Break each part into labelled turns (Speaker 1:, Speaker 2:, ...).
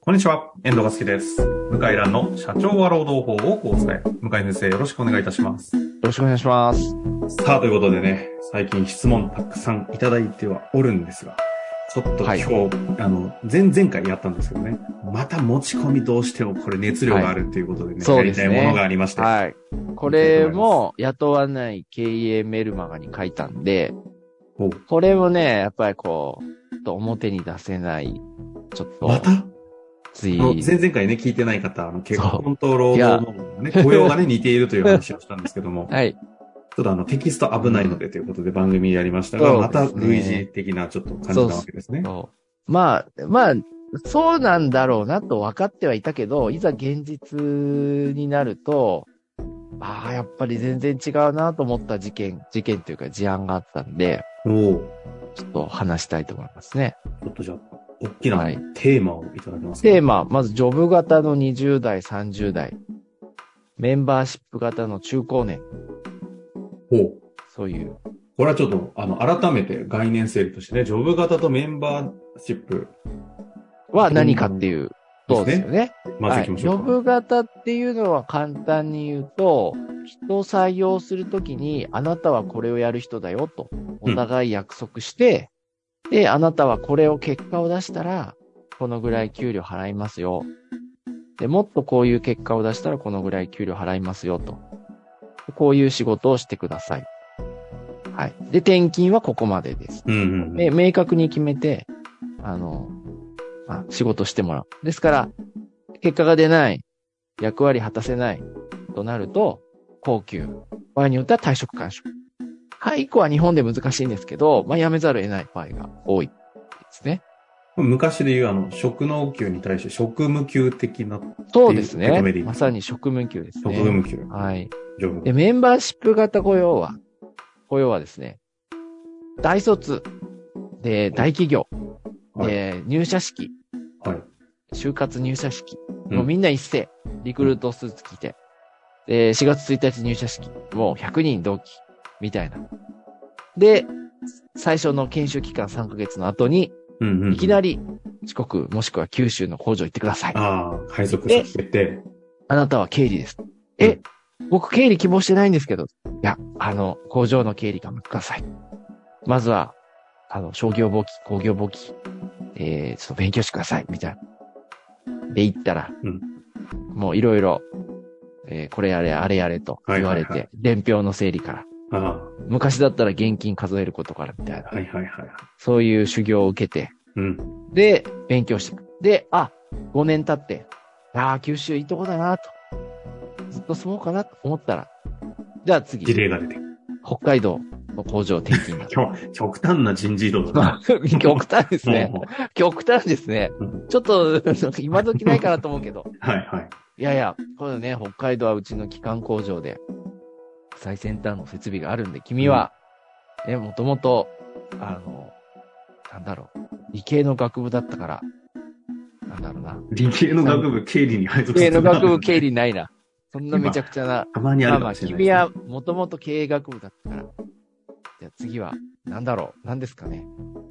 Speaker 1: こんにちは、遠藤和樹です。向井蘭の社長は労働法をこう伝え。向井先生、よろしくお願いいたします。
Speaker 2: よろしくお願いします。
Speaker 1: さあ、ということでね、最近質問たくさんいただいてはおるんですが、ちょっと今
Speaker 2: はい
Speaker 1: 日、あの、前々回やったんですけどね、また持ち込みどうしてもこれ熱量があるということでね、
Speaker 2: はい
Speaker 1: やりたい
Speaker 2: そうですね
Speaker 1: ものがありまして、
Speaker 2: はい。これも雇わない経営メルマガに書いたんで、
Speaker 1: お
Speaker 2: これもね、やっぱりこう、ちょっと表に出せない、ちょっ
Speaker 1: ま
Speaker 2: と
Speaker 1: た
Speaker 2: つ
Speaker 1: あ
Speaker 2: い、
Speaker 1: の前々回ね、聞いてない方、あの結婚と労
Speaker 2: いや
Speaker 1: 働の、ね、雇用がね、似ているという話をしたんですけども、
Speaker 2: はい。
Speaker 1: ちょっとあのテキスト危ないのでということで番組やりましたが、
Speaker 2: そう
Speaker 1: ま
Speaker 2: ですね
Speaker 1: た類似的なちょっと感じなわけですね。
Speaker 2: そうまあ、まあ、そうなんだろうなと分かってはいたけど、いざ現実になると、ああ、やっぱり全然違うなと思った事件、事件というか事案があったんで、
Speaker 1: おお
Speaker 2: ちょっと話したいと思いますね。
Speaker 1: ちょっとじゃあ、大きな
Speaker 2: はい
Speaker 1: テーマをいただけますか、
Speaker 2: テーマ、まずジョブ型の20代、30代。メンバーシップ型の中高年。
Speaker 1: おう
Speaker 2: そういう。
Speaker 1: これはちょっと、あの、改めて概念整理としてね、ジョブ型とメンバーシップ、
Speaker 2: は何かっていう。
Speaker 1: うん
Speaker 2: そうですよね。
Speaker 1: まず
Speaker 2: は
Speaker 1: 行
Speaker 2: い。
Speaker 1: き
Speaker 2: ジ
Speaker 1: ましょ
Speaker 2: ョ
Speaker 1: うか。
Speaker 2: ブ型っていうのは簡単に言うと、人を採用するときに、あなたはこれをやる人だよと、お互い約束して、で、あなたはこれを結果を出したら、このぐらい給料払いますよ。で、もっとこういう結果を出したら、このぐらい給料払いますよと。こういう仕事をしてください。はい。で、転勤はここまでです。
Speaker 1: うんうんうん。
Speaker 2: で、明確に決めて、あの、あ仕事してもらう。ですから、結果が出ない、役割果たせない、となると、高級。場合によっては退職勧職。はい、以降は日本で難しいんですけど、まあ、辞めざるを得ない場合が多いですね。
Speaker 1: 昔で言う、あの、職能給に対して職務給的な、
Speaker 2: そうです
Speaker 1: 受け止めてい
Speaker 2: ね。
Speaker 1: い
Speaker 2: まさに職務給です
Speaker 1: 職
Speaker 2: ね。
Speaker 1: 務給、
Speaker 2: はい。
Speaker 1: ジョブ
Speaker 2: で、メンバーシップ型雇用は、雇用はですね、大卒で大企業、
Speaker 1: はい
Speaker 2: で入社式、
Speaker 1: はい。
Speaker 2: 就活入社式。
Speaker 1: うん
Speaker 2: もうみんな一斉。リクルートスーツ着て。で、4月1日入社式。もう100人同期。みたいな。で、最初の研修期間3ヶ月の後に、
Speaker 1: うんうん。
Speaker 2: いきな
Speaker 1: り。
Speaker 2: り四国もしくは九州の工場行ってください。あ
Speaker 1: ああ、配属させて。
Speaker 2: なたは経理です。え、僕経理希望してないんですけど。いや、あの、工場の経理頑張ってください。まずは、あの、商業簿記、工業簿記、えー、ちょっと勉強してください。みたいな。で、行ったら、
Speaker 1: うん
Speaker 2: もういろいろ、えーこれやれ、あれやれと言われて、
Speaker 1: はいはい
Speaker 2: 伝票の整理から。
Speaker 1: ああ、
Speaker 2: 昔だったら現金数えることからみたいな。
Speaker 1: はいはいはいはい。
Speaker 2: そういう修行を受けて、
Speaker 1: うん。
Speaker 2: で、勉強していく。で、あ、5年経って、ああ、九州いいとこだなと。ずっと住もうかなと思ったら、じゃあ次
Speaker 1: 事、例が出てくる。。
Speaker 2: 北海道の工場転勤だ
Speaker 1: 今日は極端な人事異動だな。
Speaker 2: 極端ですね。
Speaker 1: もう
Speaker 2: 極端ですね
Speaker 1: うん。
Speaker 2: ちょっと、今時ないかなと思うけど。
Speaker 1: はいはい。
Speaker 2: いやいや、これね、北海道はうちの機関工場で、最先端の設備があるんで、君は、ね、もともと、あの、なんだろう、理系の学部だったから、なんだろうな。
Speaker 1: 理系の学部経理に配
Speaker 2: 理
Speaker 1: 属
Speaker 2: 系の学部経
Speaker 1: 理。
Speaker 2: 理ないな。そんなめちゃくちゃな。
Speaker 1: たまにあ
Speaker 2: まあ
Speaker 1: るか
Speaker 2: ま
Speaker 1: も
Speaker 2: あ、
Speaker 1: しれない、
Speaker 2: 君はもともと経営学部だったから。じゃあ次は、なんだろう、なんですかね。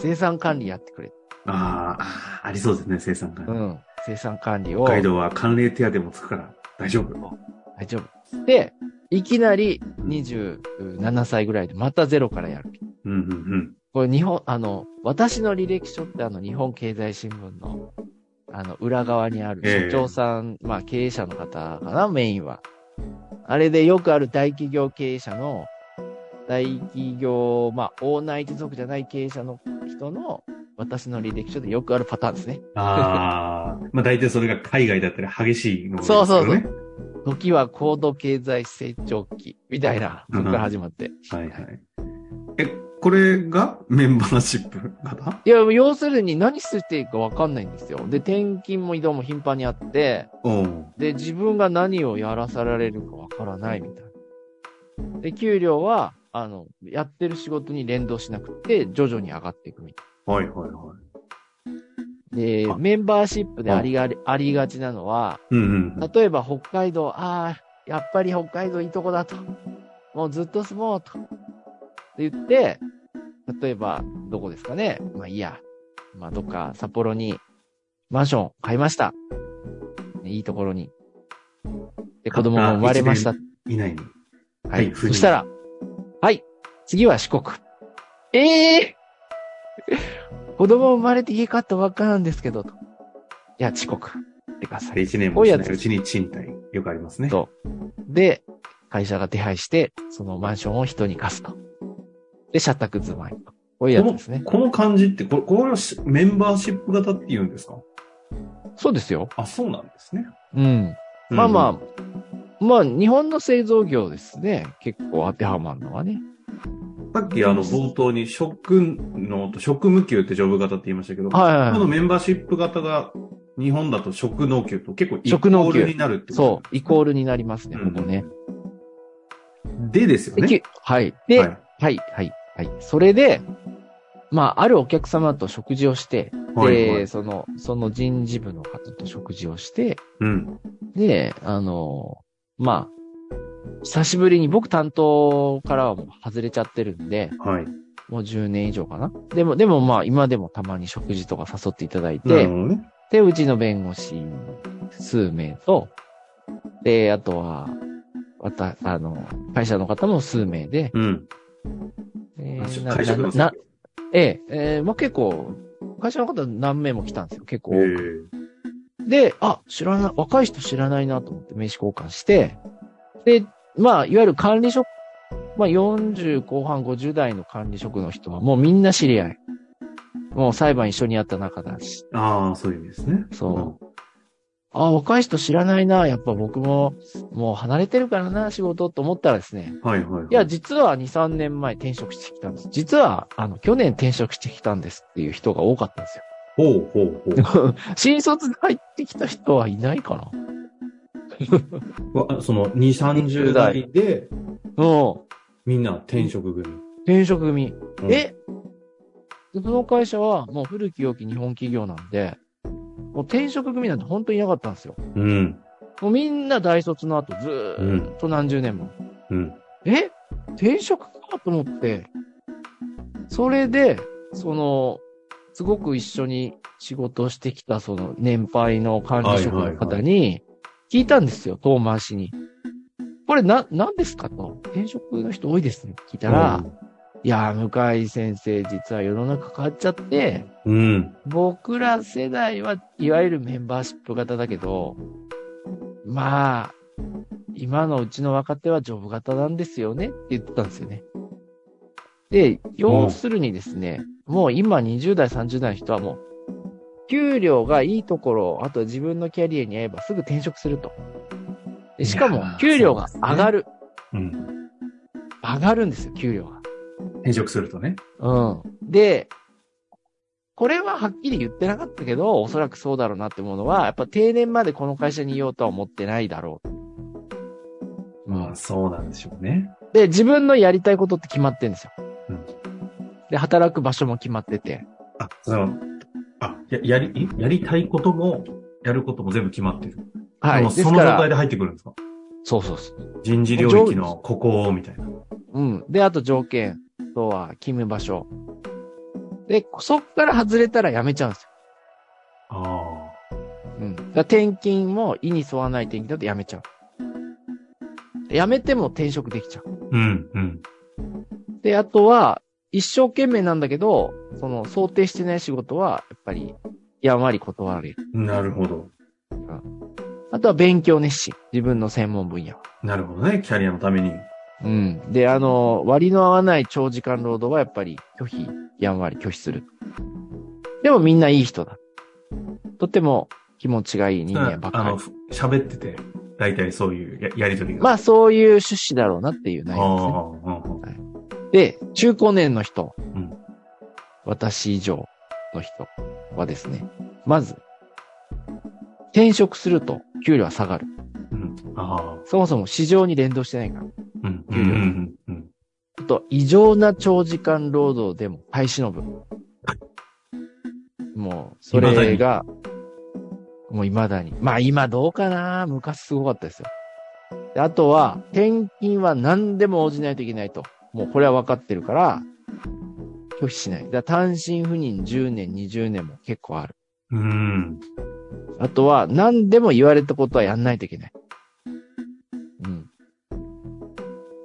Speaker 2: 生産管理やってくれ。
Speaker 1: ああ、ありそうですね、生産が。
Speaker 2: うん。生産管理を。
Speaker 1: 北海道は寒冷手当もつくから大丈夫。
Speaker 2: 大丈夫。で、いきなり27歳ぐらいでまたゼロからやる。
Speaker 1: うんうんうん。
Speaker 2: これ日本、あの、私の履歴書ってあの日本経済新聞のあの裏側にある
Speaker 1: ええ
Speaker 2: 社長さん、まあ経営者の方かな、メインは。あれでよくある大企業経営者の、大企業、まあオーナー一族じゃない経営者の人の私の履歴書でよくあるパターンですね。
Speaker 1: ああ、まあ大体それが海外だったら激しいのが多いですよ
Speaker 2: そうそうそう
Speaker 1: ね。
Speaker 2: 時は高度経済成長期みたいな、そこから始まって。
Speaker 1: はいはい。え、これがメンバーシップ型
Speaker 2: いや、要するに何していいか分かんないんですよ。で、転勤も移動も頻繁にあって、
Speaker 1: おう
Speaker 2: で、自分が何をやらされるか分からないみたいな。で、給料は、あの、やってる仕事に連動しなくて、徐々に上がっていくみた
Speaker 1: はいはいはい。
Speaker 2: い。で
Speaker 1: あ、
Speaker 2: メンバーシップでありがり、ありがちなのは、
Speaker 1: うんうんうん。
Speaker 2: 例えば北海道、ああ、やっぱり北海道いいとこだと。もうずっと住もうと。って言って、例えば、どこですかね。まあいいや。まあどっか札幌に、マンション買いました。いいところに。で、子供が生まれました。
Speaker 1: あ。以内に。
Speaker 2: は
Speaker 1: はい
Speaker 2: い。
Speaker 1: 不
Speaker 2: そ
Speaker 1: 倫
Speaker 2: したら、はい。次は四国。ええ 子供生まれて家買ったばっかなんですけど、と。いや、四国。ってくださ
Speaker 1: で、
Speaker 2: い。
Speaker 1: 1年もしないうちに賃貸。よくありますね。
Speaker 2: そうで、会社が手配して、そのマンションを人に貸すと。で、社宅住まいと。こういうやつですね。
Speaker 1: この感じって、これ、これはしメンバーシップ型って言うんですか
Speaker 2: そうですよ。
Speaker 1: あ、そうなんですね。
Speaker 2: うん。まあまあ、まあ、日本の製造業ですね。結構当てはまるのはね。
Speaker 1: あ。さっきあの冒頭に職の、職務給ってジョブ型って言いましたけど、
Speaker 2: はいはい
Speaker 1: こ
Speaker 2: は
Speaker 1: のメンバーシップ型が日本だと職能給と結構イコ
Speaker 2: 職能
Speaker 1: ー
Speaker 2: 給
Speaker 1: ルになるって
Speaker 2: い。
Speaker 1: こと
Speaker 2: そう。イコールになりますね、
Speaker 1: う
Speaker 2: ほ
Speaker 1: ん
Speaker 2: ぼね。
Speaker 1: でですよ
Speaker 2: で
Speaker 1: ね。
Speaker 2: きはい。で、
Speaker 1: はい
Speaker 2: はい、はい、はい。それで、まあ、あるお客様と食事をして、
Speaker 1: はい
Speaker 2: で、
Speaker 1: はい。
Speaker 2: その、その人事部の方と食事をして、
Speaker 1: うん。
Speaker 2: で、あの、まあ、久しぶりに僕担当からはもう外れちゃってるんで、
Speaker 1: はい。
Speaker 2: もう10年以上かな。でも、でもまあ、今でもたまに食事とか誘っていただい
Speaker 1: なる
Speaker 2: て
Speaker 1: ほ、どね。
Speaker 2: で、うちの弁護士数名と、で、あとは、わた、あの、会社の方も数名で、
Speaker 1: うん。
Speaker 2: えーな
Speaker 1: 会食の
Speaker 2: なな
Speaker 1: 先。
Speaker 2: ええ、ええまあ、結構、会社の方何名も来たんですよ、結構
Speaker 1: え。ー
Speaker 2: で、あ、知らない、若い人知らないなと思って名刺交換して、で、まあ、いわゆる管理職、まあ、40後半50代の管理職の人はもうみんな知り合い。もう裁判一緒にやった仲だし、
Speaker 1: ああ、そういう意味ですね。
Speaker 2: そうあ、若い人知らないな、やっぱ僕も、もう離れてるからな、仕事と思ったらですね、
Speaker 1: うん。はいはいはい。
Speaker 2: いや、実は2、3年前転職してきたんです。実は、あの、去年転職してきたんですっていう人が多かったんですよ。
Speaker 1: ほうほうほう。
Speaker 2: 新卒で入ってきた人はいないかな
Speaker 1: わその、2、30代で、
Speaker 2: うん。
Speaker 1: みんな転職組。
Speaker 2: 転職組。
Speaker 1: うん
Speaker 2: えその会社はもう古き良き日本企業なんで、もう転職組なんて本当にいなかったんですよ。
Speaker 1: うん。
Speaker 2: もうみんな大卒の後ずーっと何十年も。
Speaker 1: うん。
Speaker 2: え転職かと思って。それで、その、すごく一緒に仕事をしてきた、その、年配の管理職の
Speaker 1: はいは
Speaker 2: 方に、聞いたんですよ、遠回しに。これな、何ですかと。転職の人多いですね。って聞いたら、いやー、向井先生、実は世の中変わっちゃって、
Speaker 1: うん、うん。
Speaker 2: 僕ら世代はいわゆるメンバーシップ型だけど、まあ、今のうちの若手はジョブ型なんですよねって言ってたんですよね。で、要するにですね、もう今20代、30代の人はもう、給料がいいところ、あとは自分のキャリアに合えばすぐ転職すると。でしか
Speaker 1: い
Speaker 2: も
Speaker 1: やー、
Speaker 2: 給料が上がる、
Speaker 1: うん。
Speaker 2: 上がるんですよ、給料が。
Speaker 1: 転職するとね。
Speaker 2: うん。で、これははっきり言ってなかったけど、おそらくそうだろうなって思うのは、やっぱ定年までこの会社にいようとは思ってないだろう。
Speaker 1: まあ、そうなんでしょうね。
Speaker 2: で、自分のやりたいことって決まってんですよ。
Speaker 1: うん
Speaker 2: で、働く場所も決まってて。
Speaker 1: あ、その、あ、ややり、やりたいことも、やることも全部決まってる。
Speaker 2: はい。
Speaker 1: もう
Speaker 2: で
Speaker 1: そ
Speaker 2: す
Speaker 1: の状
Speaker 2: か
Speaker 1: 態
Speaker 2: ら、
Speaker 1: で入ってくるんですか
Speaker 2: そうそうそう。
Speaker 1: 人事領域のここを、みたいな。
Speaker 2: うん。で、あと条件とは勤務場所。で、そっから外れたら辞めちゃうんですよ。
Speaker 1: ああ。
Speaker 2: うん。だから転勤も意に沿わない転勤だと辞めちゃう。で辞めても転職できちゃう。
Speaker 1: うん、うん。
Speaker 2: で、あとは、一生懸命なんだけど、その、想定してない仕事は、やっぱり、やんわり断れる。
Speaker 1: なるほど。
Speaker 2: あとは勉強熱心。自分の専門分野は。
Speaker 1: なるほどね。キャリアのために。
Speaker 2: うん。で、あの、割の合わない長時間労働はやっぱり拒否、やんわり拒否する。でもみんないい人だ。とても気持ちがいい人間ばっ
Speaker 1: あ
Speaker 2: かり
Speaker 1: の、。ふ喋ってて、大体そういうややりとりが。
Speaker 2: まあそういう趣旨だろうなっていう内容ですね。
Speaker 1: あーうんうん
Speaker 2: で、中高年の人、
Speaker 1: うん
Speaker 2: 私以上の人はですね、まず、転職すると給料は下がる。
Speaker 1: うん。ああ。
Speaker 2: そもそも市場に連動してないから。
Speaker 1: うん。
Speaker 2: 給料
Speaker 1: うんうんうん。
Speaker 2: あと、異常な長時間労働でも耐え忍ぶ。もう、それが、もう未だに。まあ今どうかな昔すごかったですよ。であとは、転勤は何でも応じないといけないと。もうこれは分かってるから、拒否しない。だから単身赴任10年、20年も結構ある。
Speaker 1: ううん。
Speaker 2: あとは、何でも言われたことはやんないといけない。うん。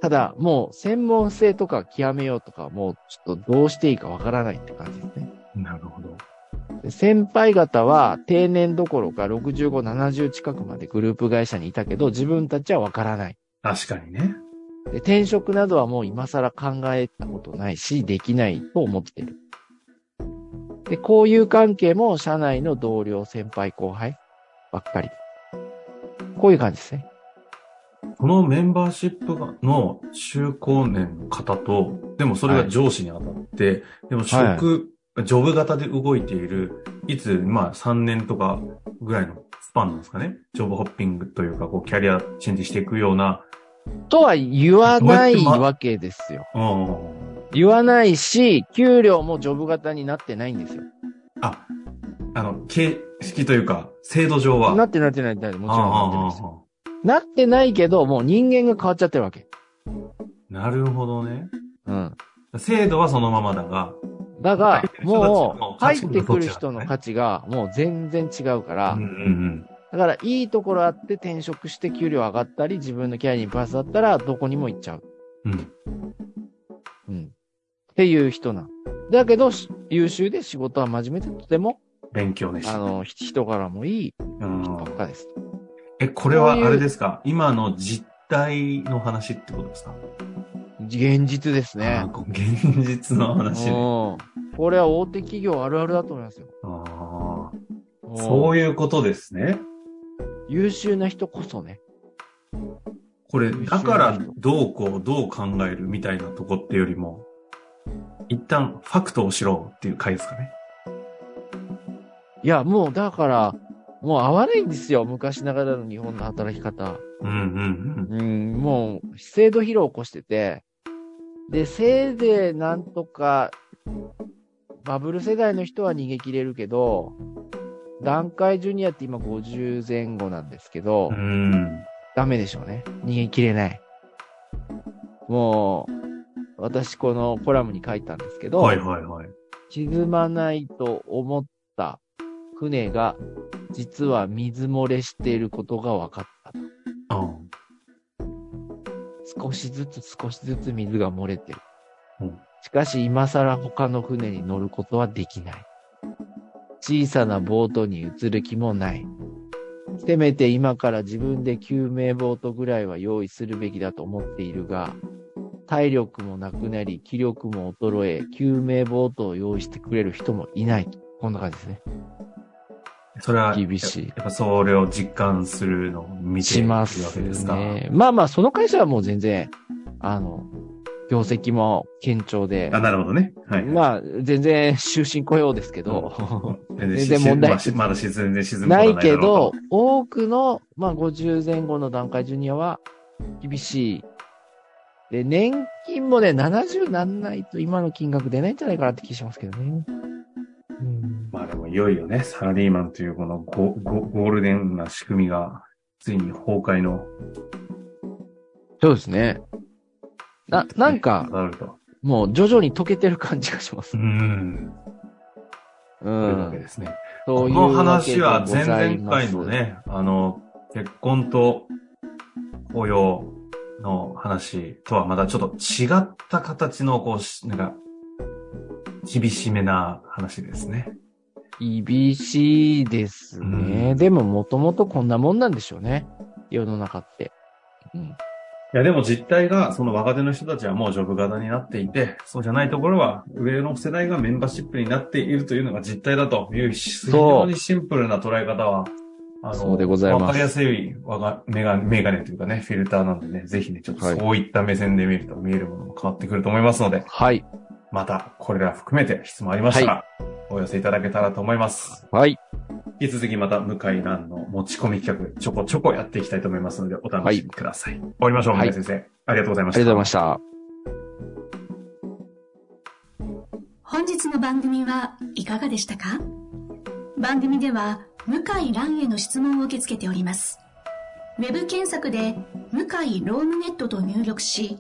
Speaker 2: ただ、もう、専門性とか極めようとか、もう、ちょっとどうしていいかわからないって感じですね。
Speaker 1: なるほど。
Speaker 2: で先輩方は、定年どころか65、70近くまでグループ会社にいたけど、自分たちはわからない。
Speaker 1: 確かにね。
Speaker 2: で転職などはもう今更考えたことないし、できないと思ってる。で、こういう関係も社内の同僚、先輩、後輩ばっかり。こういう感じですね。
Speaker 1: このメンバーシップがの中高年の方と、でもそれが上司に当たって、でも職、ジョブ型で動いている、いつ、まあ3年とかぐらいのスパンなんですかね。ジョブホッピングというか、こうキャリアチェンジしていくような、
Speaker 2: とは言わない
Speaker 1: どうやってま
Speaker 2: わけですよ。
Speaker 1: うん。
Speaker 2: 言わないし、給料もジョブ型になってないんですよ。
Speaker 1: あ、あの、形式というか、制度上は。
Speaker 2: なってなってないってない、もちろんなってないです
Speaker 1: あ
Speaker 2: よ。
Speaker 1: あああ
Speaker 2: なってないけど、もう人間が変わっちゃってるわけ。
Speaker 1: なるほどね。
Speaker 2: うん。
Speaker 1: 制度はそのままだが、
Speaker 2: だが、もう、
Speaker 1: 入
Speaker 2: 入
Speaker 1: っ
Speaker 2: ってて
Speaker 1: く
Speaker 2: く
Speaker 1: る
Speaker 2: る
Speaker 1: 人
Speaker 2: 人
Speaker 1: の
Speaker 2: の
Speaker 1: 価
Speaker 2: 価値が、もう全然違うから、
Speaker 1: うんうん
Speaker 2: だから、いいところあって転職して給料上がったり、自分のキャリアにプラスだったら、どこにも行っちゃう。
Speaker 1: うん。うん。
Speaker 2: うん。っていう人なん。だけど、し優秀で仕事は真面目で、とても、
Speaker 1: 勉強でし
Speaker 2: あ
Speaker 1: た。
Speaker 2: の、ひ人柄もいい
Speaker 1: うん
Speaker 2: 人ばっかです。
Speaker 1: え、これはあれですか今の実態の話ってことですか
Speaker 2: 現実です
Speaker 1: あ
Speaker 2: ね
Speaker 1: ー。こう現実の
Speaker 2: うん
Speaker 1: 話ね。
Speaker 2: これは大手企業あるあるだと思いますよ。
Speaker 1: あーそうういうことですね。
Speaker 2: 優秀な人こそね。
Speaker 1: これ、だからどうこう、どう考えるみたいなとこってよりも、一旦ファクトを知ろうっていう回ですかね。
Speaker 2: いや、もうだから、もう合わないんですよ。昔ながらの日本の働き方。
Speaker 1: うんうん
Speaker 2: うん、もう、制度疲労を起こしてて、で、せいぜいなんとか、バブル世代の人は逃げ切れるけど、段階ジュニアって今50前後なんですけど、
Speaker 1: うん。うん。
Speaker 2: ダメでしょうね。逃げ切れない。もう、私このコラムに書いたんですけど、
Speaker 1: はいはいはい。
Speaker 2: 沈まないと思った船が、実は水漏れしていることが分かった。
Speaker 1: あ
Speaker 2: 少しずつ少しずつ水が漏れてる。
Speaker 1: うん
Speaker 2: しかし今更他の船に乗ることはできない。小さなボートに移る気もない。せめて今から自分で救命ボートぐらいは用意するべきだと思っているが、体力もなくなり、気力も衰え、救命ボートを用意してくれる人もいない。こんな感じですね。
Speaker 1: それは、
Speaker 2: 厳しい
Speaker 1: やっぱそれを実感するのを見てい
Speaker 2: し
Speaker 1: る
Speaker 2: ま
Speaker 1: わ
Speaker 2: す
Speaker 1: けですか。
Speaker 2: ね。まあまあ、その会社はもう全然、あの、業績も堅調で、
Speaker 1: あ、なるほどね。はい。
Speaker 2: まあ、全然終身雇用ですけど、
Speaker 1: 全
Speaker 2: 全然問題
Speaker 1: まあしまだ沈んで沈むこと
Speaker 2: な
Speaker 1: はい
Speaker 2: け
Speaker 1: だろ
Speaker 2: ど、多くの、まあ、50前後の段階ジュニアは、厳しい。で、年金もね、70なんないと今の金額出ないんじゃないかなって気しますけどね。うん
Speaker 1: うと。まあでもいよいよね、サラリーマンというこのゴゴゴールデンな仕組みが、ついに崩壊の、
Speaker 2: そうですね。な、なんか、
Speaker 1: なると。
Speaker 2: もう徐々に溶けてる感じがしま
Speaker 1: う
Speaker 2: す。
Speaker 1: ん。
Speaker 2: う
Speaker 1: というわけ
Speaker 2: ん。
Speaker 1: ですね。
Speaker 2: そ
Speaker 1: こ
Speaker 2: ういう
Speaker 1: の
Speaker 2: わけ
Speaker 1: 話
Speaker 2: で
Speaker 1: は
Speaker 2: ご
Speaker 1: 前
Speaker 2: ざい
Speaker 1: 々
Speaker 2: ます
Speaker 1: 回の。ね、あの、結婚と雇用の話とはまたちょっと違った形の、こうし、なんか、厳しめな話ですね。
Speaker 2: 厳しいですね。
Speaker 1: う
Speaker 2: でも、もともとこんなもんなんでしょうね。世の中って。うん。
Speaker 1: いや、でも実態が、その若手の人たちはもうジョブ型になっていて、そうじゃないところは、上の世代がメンバーシップになっているというのが実態だという、非常にシンプルな捉え方は、あ
Speaker 2: そうでございます
Speaker 1: わかりやすいわがメガ、メガネというかね、フィルターなんでね、ぜひね、ちょっと
Speaker 2: はい
Speaker 1: そういった目線で見ると見えるものも変わってくると思いますので、
Speaker 2: はい。
Speaker 1: また、これら含めて質問ありましたら、お寄せいただけたらと思います。
Speaker 2: はい。
Speaker 1: 引き続きまた、向井蘭の持ち込み企画、ちょこちょこやっていきたいと思いますので、お楽しみください。終わりましょう、
Speaker 2: は
Speaker 1: 向
Speaker 2: い
Speaker 1: 井先生。ありがとうございま
Speaker 2: あ
Speaker 1: し
Speaker 2: り
Speaker 1: た
Speaker 2: がとうございました。
Speaker 3: 本日の番組はいかがでしたか番組では向井蘭への質問を受け付けておりますウェブ検索で「向井ロームネット」と入力し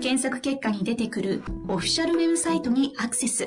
Speaker 3: 検索結果に出てくるオフィシャルウェブサイトにアクセス